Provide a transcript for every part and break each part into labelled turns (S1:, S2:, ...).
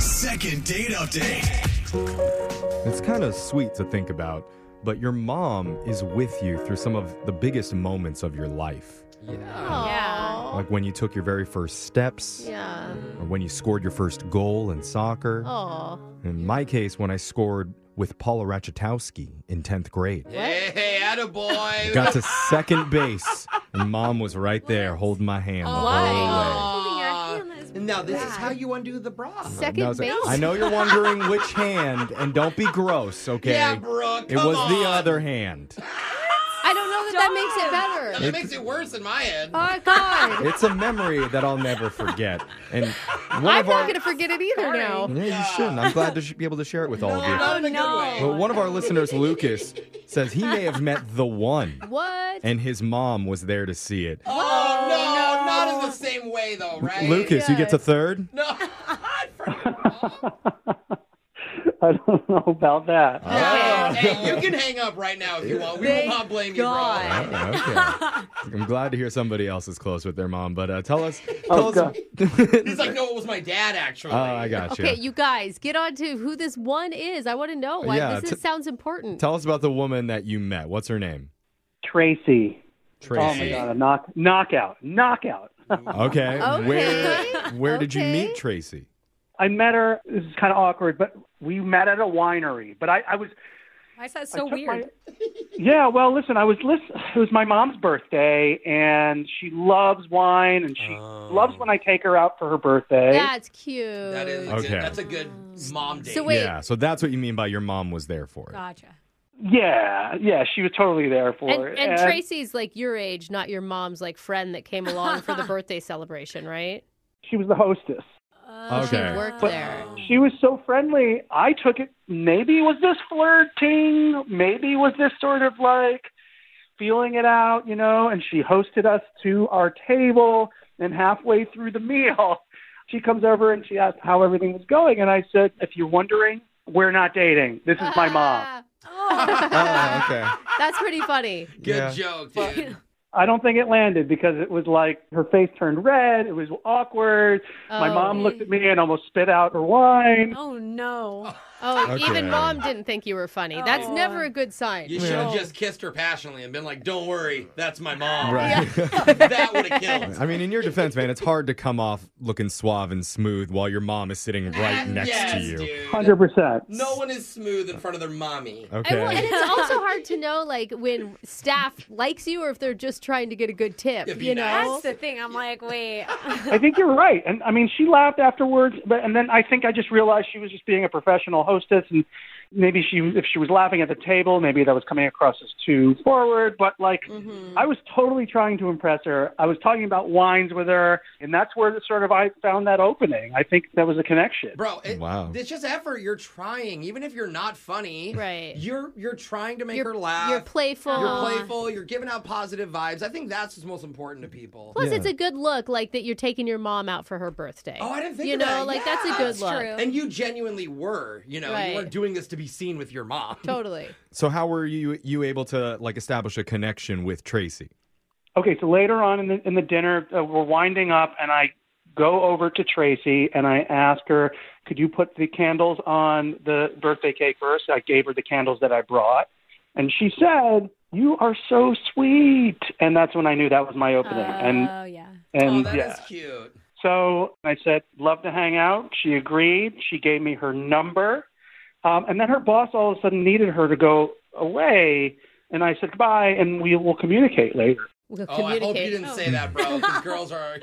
S1: Second date update.
S2: It's kind of sweet to think about, but your mom is with you through some of the biggest moments of your life.
S3: Yeah.
S2: Like when you took your very first steps,
S3: Yeah.
S2: or when you scored your first goal in soccer.
S3: Oh.
S2: In my case, when I scored with Paula Rachatowski in 10th grade.
S4: Hey, attaboy.
S2: Got to second base, and mom was right there holding my hand the whole way.
S4: now this is how you undo the bra.
S3: Second
S2: And I, was like,
S3: base.
S2: I know you're wondering which hand, and don't be gross, okay?
S4: Yeah, bro. Come
S2: it was
S4: on.
S2: the other hand.
S3: I don't know that that makes it better.
S4: That makes it worse in my head.
S3: Oh God.
S2: It's a memory that I'll never forget. And one
S3: I'm
S2: of our
S3: not gonna forget it either now.
S2: Yeah, you shouldn't. I'm glad to sh- be able to share it with all of you.
S4: Not in a good way.
S2: But one of our listeners, Lucas, says he may have met the one,
S3: What?
S2: and his mom was there to see it.
S4: Oh, no, not in the same way though, right?
S2: Lucas, you get to third.
S4: No.
S5: I don't know about that.
S4: Uh,
S2: Oh.
S4: hey, you can hang up right now if you want. We will not blame you, bro.
S3: God.
S2: Oh, okay. I'm glad to hear somebody else is close with their mom. But uh, tell us,
S5: Oh,
S2: tell us.
S5: God.
S4: He's like, no, it was my dad actually.
S2: Oh, I got
S3: Okay, you guys, get on to who this one is. I want to know why
S2: Yeah,
S3: this
S2: t-
S3: is, sounds important.
S2: Tell us about the woman that you met. What's her name?
S5: Tracy. Oh my
S2: Tracy.
S5: god, a knock knockout. Knockout.
S2: Okay.
S3: Okay.
S2: Where where did you
S3: Okay.
S2: meet Tracy?
S5: I met her this is kinda awkward, but we met at a winery. But I, I was
S6: Why is that so
S5: took
S6: weird?
S5: my- Yeah, well listen, I was listen it was my mom's birthday and she loves wine and she loves when I take her out for her birthday.
S3: That's cute.
S4: That is a
S2: Okay.
S4: good, that's a good mom date.
S3: So wait,
S2: Yeah. So that's what you mean by your mom was there for it.
S6: Gotcha.
S5: Yeah, yeah, she was totally there for
S3: and,
S5: it.
S3: and Tracy's like your age, not your mom's like friend that came along for the birthday celebration, right?
S5: she was the hostess.
S2: Okay.
S6: Oh,
S3: She worked
S5: But-
S3: there.
S5: She was so friendly. I took it. Maybe was this flirting? Maybe was this sort of like feeling it out, you know? And she hosted us to our table. And halfway through the meal, she comes over and she asked how everything was going. And I said, if you're wondering, we're not dating. This is my mom.
S3: Ah,
S2: Oh, okay.
S3: That's pretty funny.
S4: good
S2: Yeah.
S4: joke, dude.
S5: I don't think it landed because it was like her face turned red. It was awkward. My
S3: Oh.
S5: mom looked at me and almost spit out her wine.
S6: Oh no.
S3: Oh,
S2: Okay.
S3: even mom didn't think you were funny. That's
S6: Oh.
S3: never a good sign.
S4: You should have just kissed her passionately and been like, "Don't worry, that's my mom."
S2: Right.
S4: that would have killed.
S2: I mean, in your defense, man, it's hard to come off looking suave and smooth while your mom is sitting right next
S4: yes,
S2: to you.
S4: dude.
S5: 100%.
S4: No one is smooth in front of their mommy.
S2: Okay.
S3: And, well, and it's also hard to know like when staff likes you or if they're just trying to get a good tip.
S4: If
S3: You
S4: you
S3: know,
S6: That's the thing. I'm like, wait.
S5: I think you're right. And I mean, she laughed afterwards, but and then I think I just realized she was just being a professional hostess, and maybe she, if she was laughing at the table, maybe that was coming across as too forward. But like, I was totally trying to impress her. I was talking about wines with her, and that's where the sort of I found that opening. I think that was a connection.
S4: Bro, it,
S2: Wow.
S4: it's just effort. You're trying, even if you're not funny.
S3: Right.
S4: You're you're trying to make
S3: You're-
S4: her laugh.
S3: you're playful.
S4: You're playful. You're giving out positive vibes. I think that's what's most important to people.
S3: Plus, it's a good look, like that you're taking your mom out for her birthday.
S4: Oh, I didn't think
S3: You
S4: of
S3: know,
S4: that.
S3: like
S4: Yeah,
S3: that's a good
S4: that's
S3: look.
S6: true.
S4: And you genuinely were. You know,
S3: Right.
S4: you weren't doing this to be seen with your mom.
S3: Totally.
S2: so how were you you able to like establish a connection with Tracy?
S5: Okay, so later on in the in the dinner, uh, we're winding up, and I go over to Tracy and I ask her, "Could you put the candles on the birthday cake first? I gave her the candles that I brought, and she said, "You are so sweet," and that's when I knew that was my opening. and
S6: oh yeah.
S4: Oh,
S5: and
S4: that is
S5: yeah,
S4: cute. Oh,
S5: so I said, "Love to hang out." She agreed. She gave me her number, um, and then her boss all of a sudden needed her to go away, and I said goodbye, and we will communicate later.
S3: We'll
S4: Oh, I
S3: communicate. Oh.
S4: hope you didn't say that, bro. Because girls are.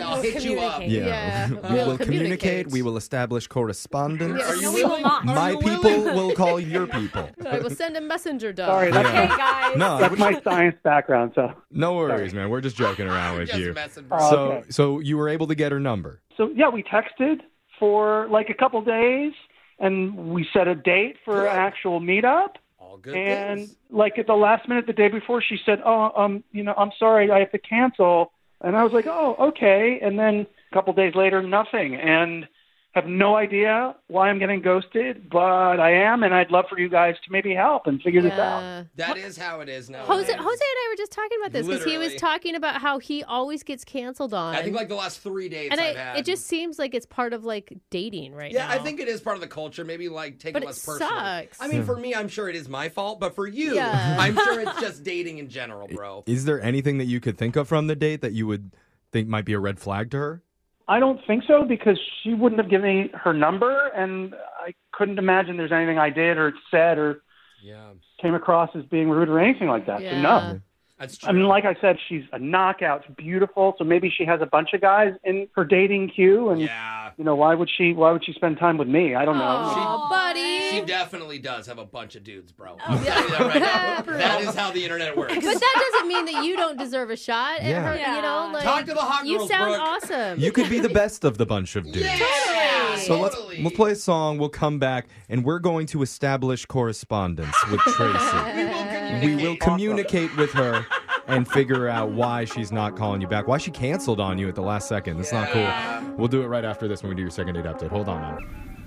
S4: I'll hit you up.
S6: Communicate.
S3: Yeah.
S2: we
S3: We'll
S2: will communicate.
S3: communicate.
S2: We will establish correspondence.
S3: Yes.
S4: Are you
S6: No, we will
S4: willing?
S6: not.
S4: Are
S2: My
S4: you
S2: people
S4: willing?
S2: will call your people.
S3: I will send a messenger dog.
S5: Sorry, that's
S2: Yeah.
S6: Hey guys.
S2: No,
S5: That's my science background, so.
S2: no worries, man. We're just joking around with
S4: Just
S2: you.
S4: messing, bro.
S5: Oh.
S2: So
S5: Okay.
S2: so you were able to get her number.
S5: So yeah, we texted for like a couple days, and we set a date for an actual meetup.
S4: All good
S5: And
S4: things.
S5: like at the last minute, the day before, she said, "Oh, um, you know, I'm sorry, I have to cancel." And I was like, "Oh, okay." And then a couple days later, nothing. And have no idea why I'm getting ghosted, but I am, and I'd love for you guys to maybe help and figure this out.
S3: Yeah.
S4: That is how it is now.
S3: Jose, Jose and I were just talking about this because he was
S4: Literally.
S3: talking about how he always gets canceled on.
S4: I think like the last three dates
S3: and
S4: I've
S3: I,
S4: had.
S3: it just seems like it's part of like dating right
S4: Yeah,
S3: now.
S4: I think it is part of the culture. Maybe like take
S3: But
S4: it
S3: it
S4: less personally.
S3: sucks.
S4: I mean, for me, I'm sure it is my fault, but for you,
S3: Yeah.
S4: I'm sure it's just dating in general, bro.
S2: Is there anything that you could think of from the date that you would think might be a red flag to her?
S5: I don't think so because she wouldn't have given me her number, and I couldn't imagine there's anything I did or said or
S4: Yeah,
S5: came across as being rude or anything like that. So
S3: Yeah.
S5: no.
S4: that's true.
S5: I mean, like I said, she's a knockout. She's beautiful, so maybe she has a bunch of guys in her dating queue, and
S4: yeah,
S5: you know why would she? Why would she spend time with me? I don't know.
S4: Oh.
S3: Aw, buddy.
S4: she definitely does have a bunch of dudes, bro.
S3: Oh,
S4: I'll tell you that right now. That is how the internet works.
S3: but that doesn't mean that you don't deserve a shot at
S2: Yeah.
S3: her.
S6: Yeah.
S3: You know, like
S4: Talk to the hot
S3: you
S4: girls,
S3: sound
S4: Brooke.
S3: awesome.
S2: You could be the best of the bunch of dudes.
S4: Yeah,
S3: Totally.
S2: So let's
S4: totally.
S2: we'll play a song, we'll come back, and we're going to establish correspondence with Tracy.
S4: We will communicate.
S2: we will communicate with her and figure out why she's not calling you back, why she canceled on you at the last second. That's not cool. We'll do it right after this when we do your second date update. Hold on, man.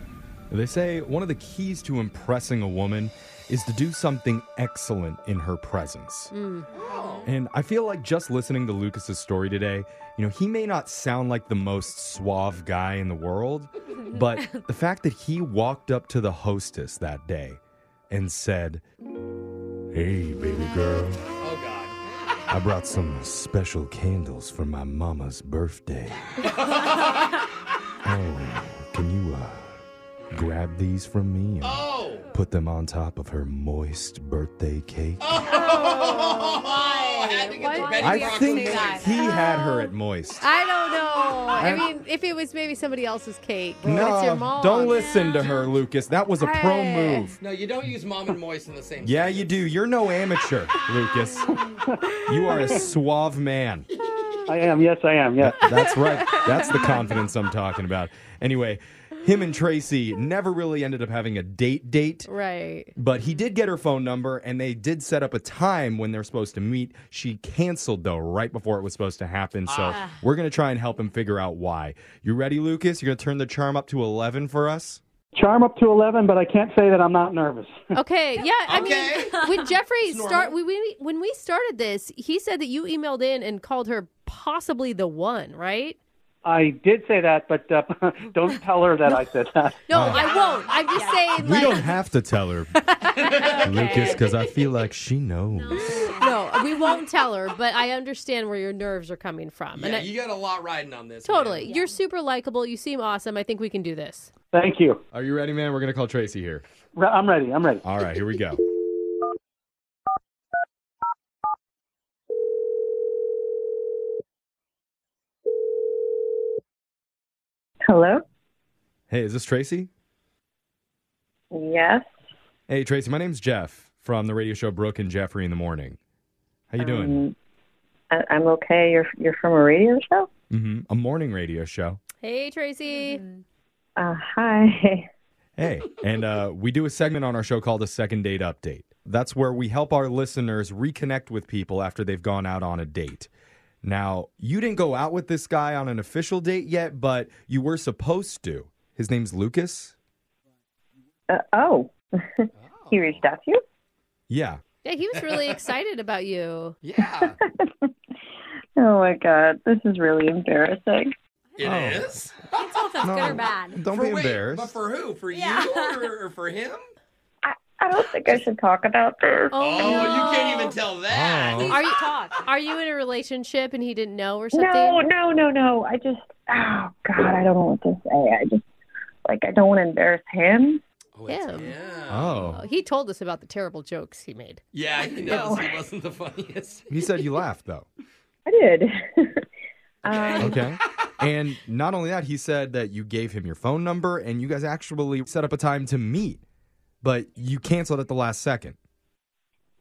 S2: They say one of the keys to impressing a woman is to do something excellent in her presence. And I feel like just listening to Lucas's story today, you know, he may not sound like the most suave guy in the world, but the fact that he walked up to the hostess that day and said, Hey, baby girl,
S4: Oh God.
S2: I brought some special candles for my mama's birthday. oh, can you uh, grab these from me and
S4: Oh.
S2: put them on top of her moist birthday cake?
S4: Oh, I had to get
S6: Why
S4: the
S6: did
S4: Betty
S6: we
S2: I
S6: have
S4: Crocker
S6: to
S2: think
S6: say
S4: voice.
S6: that?
S2: he had her
S3: Oh.
S2: at moist.
S3: I don't know. I mean, if it was maybe somebody else's cake, but it's your
S2: No,
S3: mom.
S2: don't listen to her, Lucas. That was a pro
S3: Hey.
S2: move.
S4: No, you don't use mom and moist in the same.
S2: Yeah, you do. You're no amateur, Lucas. You are a suave man.
S5: I am. Yes, I am. Yes.
S2: That's right. That's the confidence I'm talking about. Anyway, him and Tracy never really ended up having a date date,
S3: Right.
S2: but he did get her phone number and they did set up a time when they're supposed to meet. She canceled though right before it was supposed to happen. So, we're going to try and help him figure out why. You ready, Lucas? You're going to turn the charm up to 11 for us?
S5: Charm up to eleven, but I can't say that I'm not nervous.
S3: Okay. Yeah. I
S4: Okay.
S3: mean, when Jeffrey start we, we when we started this, he said that you emailed in and called her possibly the one, right?
S5: I did say that, but uh, don't tell her that I said that.
S3: No,
S4: Oh.
S3: I won't. I'm just saying.
S2: We
S3: like,
S2: don't have to tell her, Lucas, because I feel like she knows.
S3: no, we won't tell her. But I understand where your nerves are coming from. and
S4: Yeah,
S3: I,
S4: you got a lot riding on this. man.
S3: totally, you're super likable. You seem awesome. I think we can do this.
S5: Thank you.
S2: Are you ready, man? We're going to call Tracy here.
S5: Re- I'm ready. I'm ready.
S2: All right, here we go.
S7: Hello?
S2: Hey, is this Tracy?
S7: Yes.
S2: Hey, Tracy, my name's Jeff from the radio show Brooke and Jeffrey in the Morning. How you doing?
S7: Um, I, I'm okay. You're you're from a radio show?
S2: hmm A morning radio show.
S3: Hey, Tracy.
S7: Uh, hi.
S2: Hey, and uh, we do a segment on our show called a second date update. That's where we help our listeners reconnect with people after they've gone out on a date. Now, you didn't go out with this guy on an official date yet, but you were supposed to. His name's Lucas.
S7: Uh, oh, he reached out to you?
S2: Yeah.
S3: Yeah, he was really excited about you.
S4: Yeah,
S7: Oh my god, this is really embarrassing.
S4: it
S2: Oh.
S4: is.
S6: tell if that's
S2: No.
S6: good or bad.
S2: Don't
S4: For
S2: be
S4: wait,
S2: embarrassed. Oh.
S4: But for who? For
S6: Yeah.
S4: you or, or for him?
S7: I, I don't think I should talk about this.
S3: Oh,
S4: Oh, you can't even tell that.
S2: Oh.
S3: Are you talk? Are you in a relationship and he didn't know or something?
S7: no, no, no, no. I just oh god, I don't know what to say. I just like I don't want to embarrass him.
S4: Oh, it's
S3: Him.
S4: him.
S3: Oh,
S2: oh.
S3: He told us about the terrible jokes he made.
S4: Yeah, he knows he wasn't the funniest.
S2: He said you laughed, though.
S7: I did. um,
S2: Okay. And not only that, he said that you gave him your phone number and you guys actually set up a time to meet, but you canceled at the last second.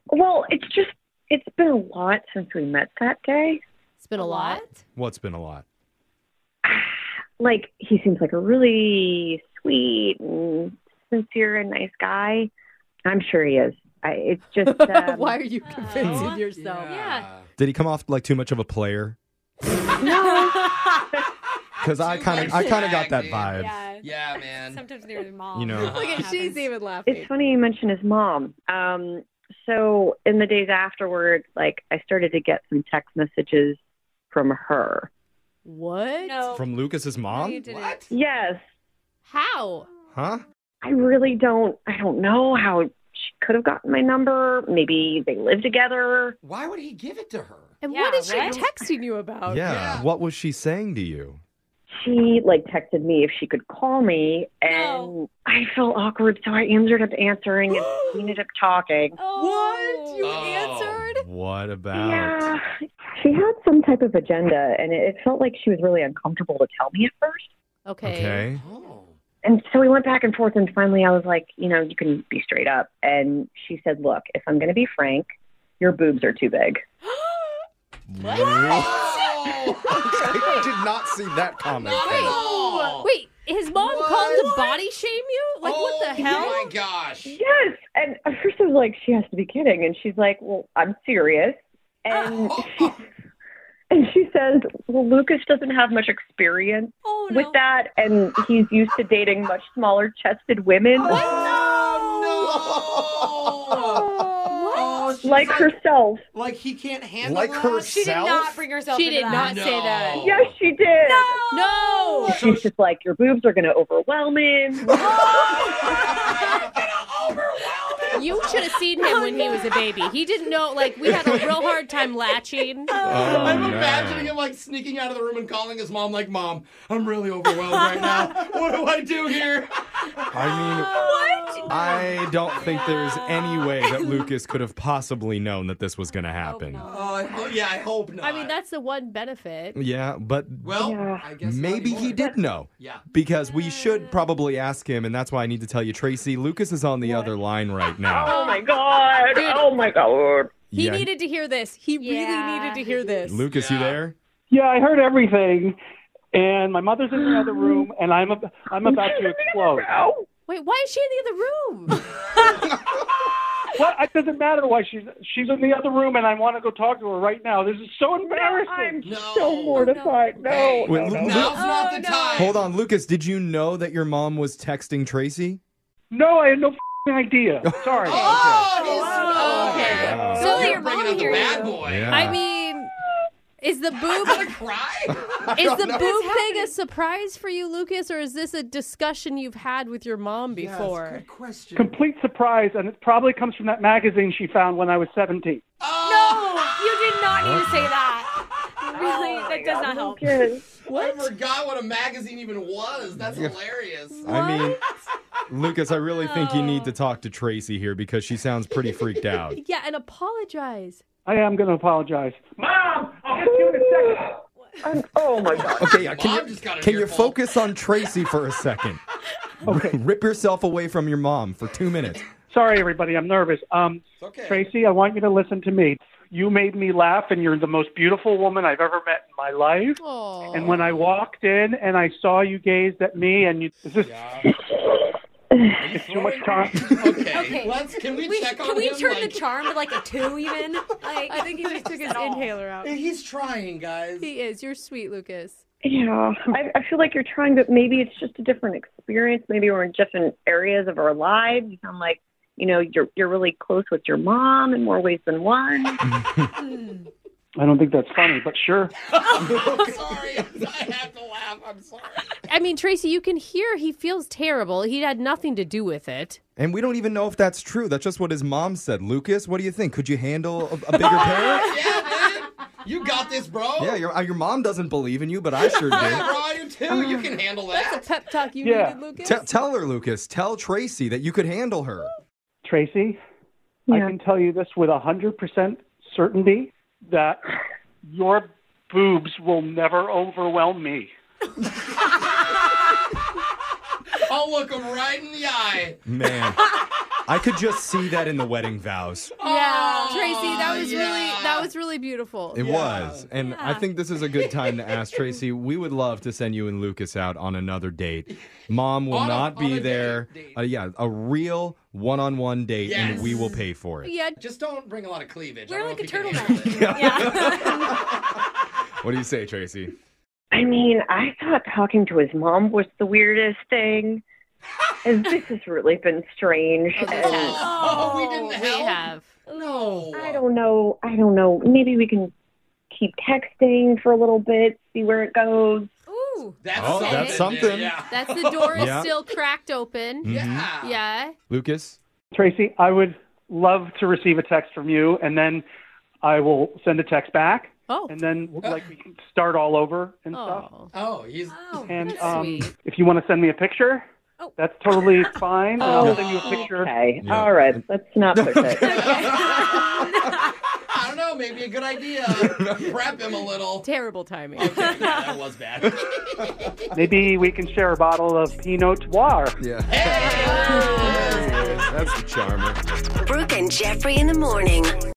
S7: well, it's just it's been a lot since we met that day.
S3: It's been a, lot.
S2: What's been a lot?
S7: like he seems like a really sweet and sincere and nice guy. I'm sure he is. I, it's just um,
S3: Why are you convincing yourself?
S4: Yeah.
S2: Did he come off like too much of a player? Because I
S4: Too
S2: kind
S4: much
S2: of, I kind of got
S4: swag,
S2: that
S4: dude.
S2: vibe.
S6: Yeah.
S4: Yeah, man.
S6: Sometimes they're the mom.
S2: You know.
S6: That
S3: Look at
S6: happens.
S3: she's even laughing.
S7: It's funny you mention his mom. Um, so in the days afterwards, like I started to get some text messages from her.
S3: What?
S6: No.
S2: From Lucas's
S6: no, you
S2: mom?
S6: didn't.
S4: What?
S7: Yes,
S3: How?
S2: Huh?
S7: I really don't. I don't know how she could have gotten my number. Maybe they live together.
S4: Why would he give it to her?
S3: And
S6: Yeah,
S3: what is
S6: right?
S3: she texting you about?
S2: yeah.
S4: Oh, yeah.
S2: What was she saying to you?
S7: She like texted me if she could call me, and
S6: No.
S7: I felt awkward, so I ended up answering, and we ended up talking.
S6: Oh.
S3: What? You
S4: Oh.
S3: answered?
S2: What about?
S7: Yeah, she had some type of agenda, and it, it felt like she was really uncomfortable to tell me at first.
S3: Okay.
S2: Okay.
S4: Oh.
S7: And so we went back and forth, and finally I was like, you know, you can be straight up. And she said, look, if I'm going to be frank, your boobs are too big.
S2: What?
S4: Oh.
S2: I did not see that comment.
S4: Not at all.
S3: Wait, his mom
S4: What?
S3: called to body shame you? Like, what
S4: Oh,
S3: the hell?
S4: my gosh.
S7: Yes. And at first I was like, she has to be kidding. And she's like, well, I'm serious. And she, and she says, well, Lucas doesn't have much experience
S6: Oh, no.
S7: with that, and he's used to dating much smaller chested women.
S4: Oh, no. Oh, she's
S7: Like herself.
S4: Like he can't handle
S2: Like
S4: that?
S2: her-
S6: She did
S2: Self?
S6: not bring herself
S3: She
S6: into
S3: did
S6: that.
S3: not say that.
S4: No.
S7: Yes, she did.
S3: Oh. No.
S7: And She's just like, your boobs are going to overwhelm him.
S3: You should have seen him when he was a baby. He didn't know. Like, we had a real hard time latching.
S2: Oh,
S4: I'm
S2: no.
S4: imagining him like sneaking out of the room and calling his mom, like, "Mom, I'm really overwhelmed right now. What do I do here?"
S2: I mean,
S6: What?
S2: I don't think there's any way that Lucas could have possibly known that this was going to happen.
S4: Oh, I ho- yeah, I hope not.
S3: I mean, that's the one benefit.
S2: Yeah, but
S4: well,
S7: Yeah.
S4: I guess not
S2: maybe he
S4: anymore.
S2: did know.
S4: Yeah.
S2: Because we should probably ask him, and that's why I need to tell you, Tracy. Lucas is on the other line right now.
S7: oh, my God. Oh, my God.
S3: He
S2: Yeah.
S3: needed to hear this. He
S6: Yeah.
S3: really needed to hear this.
S2: Lucas, you
S4: Yeah.
S2: there?
S5: Yeah, I heard everything, and my mother's in the other room, and I'm ab- I'm about to explode.
S7: Oh,
S3: Wait, why is she in
S2: Uh.
S3: the other room?
S5: What? It doesn't matter why she's she's in the other room, and I want to go talk to her right now. This is so embarrassing.
S7: I'm
S4: No.
S7: so mortified. No,
S4: Hey,
S2: Wait,
S7: no,
S2: Lu-
S7: no.
S2: Lu-
S4: Now's not the
S6: no.
S4: time.
S2: Hold on, Lucas. Did you know that your mom was texting Tracy?
S5: no, I had no fing idea. Sorry.
S4: Oh, he's-
S6: Oh,
S4: okay.
S2: wow.
S6: So
S4: You're
S6: your
S4: bringing
S6: mom
S4: up the
S6: hear
S4: bad
S6: you.
S4: boy.
S2: Yeah.
S3: I mean, is the boob
S4: Gonna cry?
S3: is the boob thing a surprise for you, Lucas, or is this a discussion you've had with your mom before?
S4: Good question.
S5: Complete surprise, and it probably comes from that magazine she found when I was 17.
S4: Oh.
S6: No, you did not need to say that. Really, that does not help.
S7: Yes.
S4: I forgot what a magazine even was. That's hilarious.
S2: I mean, Lucas, I really think you need to talk to Tracy here because she sounds pretty freaked out.
S3: Yeah, and apologize.
S5: I am going to apologize. Mom, I'll get you in a second.
S7: I'm- oh my god.
S2: Okay, uh, can
S4: Mom
S2: you
S4: just got a
S2: can you
S4: earful.
S2: focus on Tracy for a second? Rip yourself away from your mom for two minutes.
S5: Sorry, everybody. I'm nervous. Um,
S4: It's okay.
S5: Tracy, I want you to listen to me. You made me laugh, and you're the most beautiful woman I've ever met in my life.
S3: Oh,
S5: And when I walked in and I saw you gazed at me, and you, is this too much time?
S4: Okay.
S6: Okay.
S4: Let's can we,
S6: We,
S4: check
S6: can
S4: on
S6: we
S4: him?
S6: turn
S4: like,
S6: the charm to like a two even? Like
S3: I think he just took his inhaler out.
S4: He's trying, guys.
S3: He is. You're sweet, Lucas.
S7: Yeah, I, I feel like you're trying, but maybe it's just a different experience. Maybe we're in different areas of our lives. You sound like, you know, you're you're really close with your mom in more ways than one.
S5: I don't think that's funny, but sure.
S4: I'm sorry. I have to laugh. I'm sorry.
S3: I mean, Tracy, you can hear he feels terrible. He had nothing to do with it.
S2: And we don't even know if that's true. That's just what his mom said. Lucas, what do you think? Could you handle a, a bigger parent?
S4: Yeah, man. You got this, bro.
S2: Yeah, your uh, your mom doesn't believe in you, but I sure
S4: Yeah,
S2: do.
S4: bro, I do too. You can handle that.
S3: Pep talk you
S5: Yeah.
S3: needed, Lucas.
S2: Te- tell her, Lucas. Tell Tracy that you could handle her.
S5: Tracy, I
S7: Yeah.
S5: can tell you this with 100% certainty that your boobs will never overwhelm me.
S4: I'll look him right in the eye.
S2: Man, I could just see that in the wedding vows.
S3: yeah, Tracy, that was really
S4: yeah.
S3: that was really beautiful.
S2: It was. And I think this is a good time to ask Tracy. We would love to send you and Lucas out on another date. Mom will
S4: On a-
S2: not
S4: on
S2: be
S4: a date,
S2: there.
S4: date.
S2: Uh, yeah, a real one on one date, and
S4: Yes.
S2: we will pay for it.
S3: Yeah,
S4: Just don't bring a lot of cleavage. I
S6: We're
S4: don't
S6: like
S4: know
S6: a
S4: if you can
S6: turtleneck.
S4: handle it.
S6: Yeah.
S2: What do you say, Tracy?
S7: I mean, I thought talking to his mom was the weirdest thing. And this has really been strange.
S3: Oh, this
S7: and
S3: has.
S4: Oh, we didn't
S3: we
S4: help.
S3: have.
S4: No.
S7: I don't know. I don't know. Maybe we can keep texting for a little bit, see where it goes.
S6: Ooh.
S4: That's
S2: Oh,
S4: something.
S3: that's
S2: something.
S4: Yeah.
S3: That's the door is
S2: Yeah.
S3: still cracked open.
S4: Yeah.
S2: Mm-hmm.
S3: Yeah.
S2: Lucas?
S5: Tracy, I would love to receive a text from you, and then I will send a text back,
S3: Oh.
S5: and then like we can start all over and stuff.
S3: Oh.
S4: Oh, he's.
S6: Oh,
S5: And
S3: that's
S5: um,
S3: sweet.
S5: if you want to send me a picture,
S6: Oh.
S5: that's totally fine. and I'll send you a picture.
S7: Okay.
S2: Yeah.
S7: All right. Let's not push it.
S4: I don't know. Maybe a good idea. Prep him a little.
S3: Terrible timing.
S4: Okay, yeah, that was bad.
S5: Maybe we can share a bottle of Pinot Noir.
S2: Yeah.
S4: Hey!
S2: That's the charmer.
S8: Brooke and Jeffrey in the morning.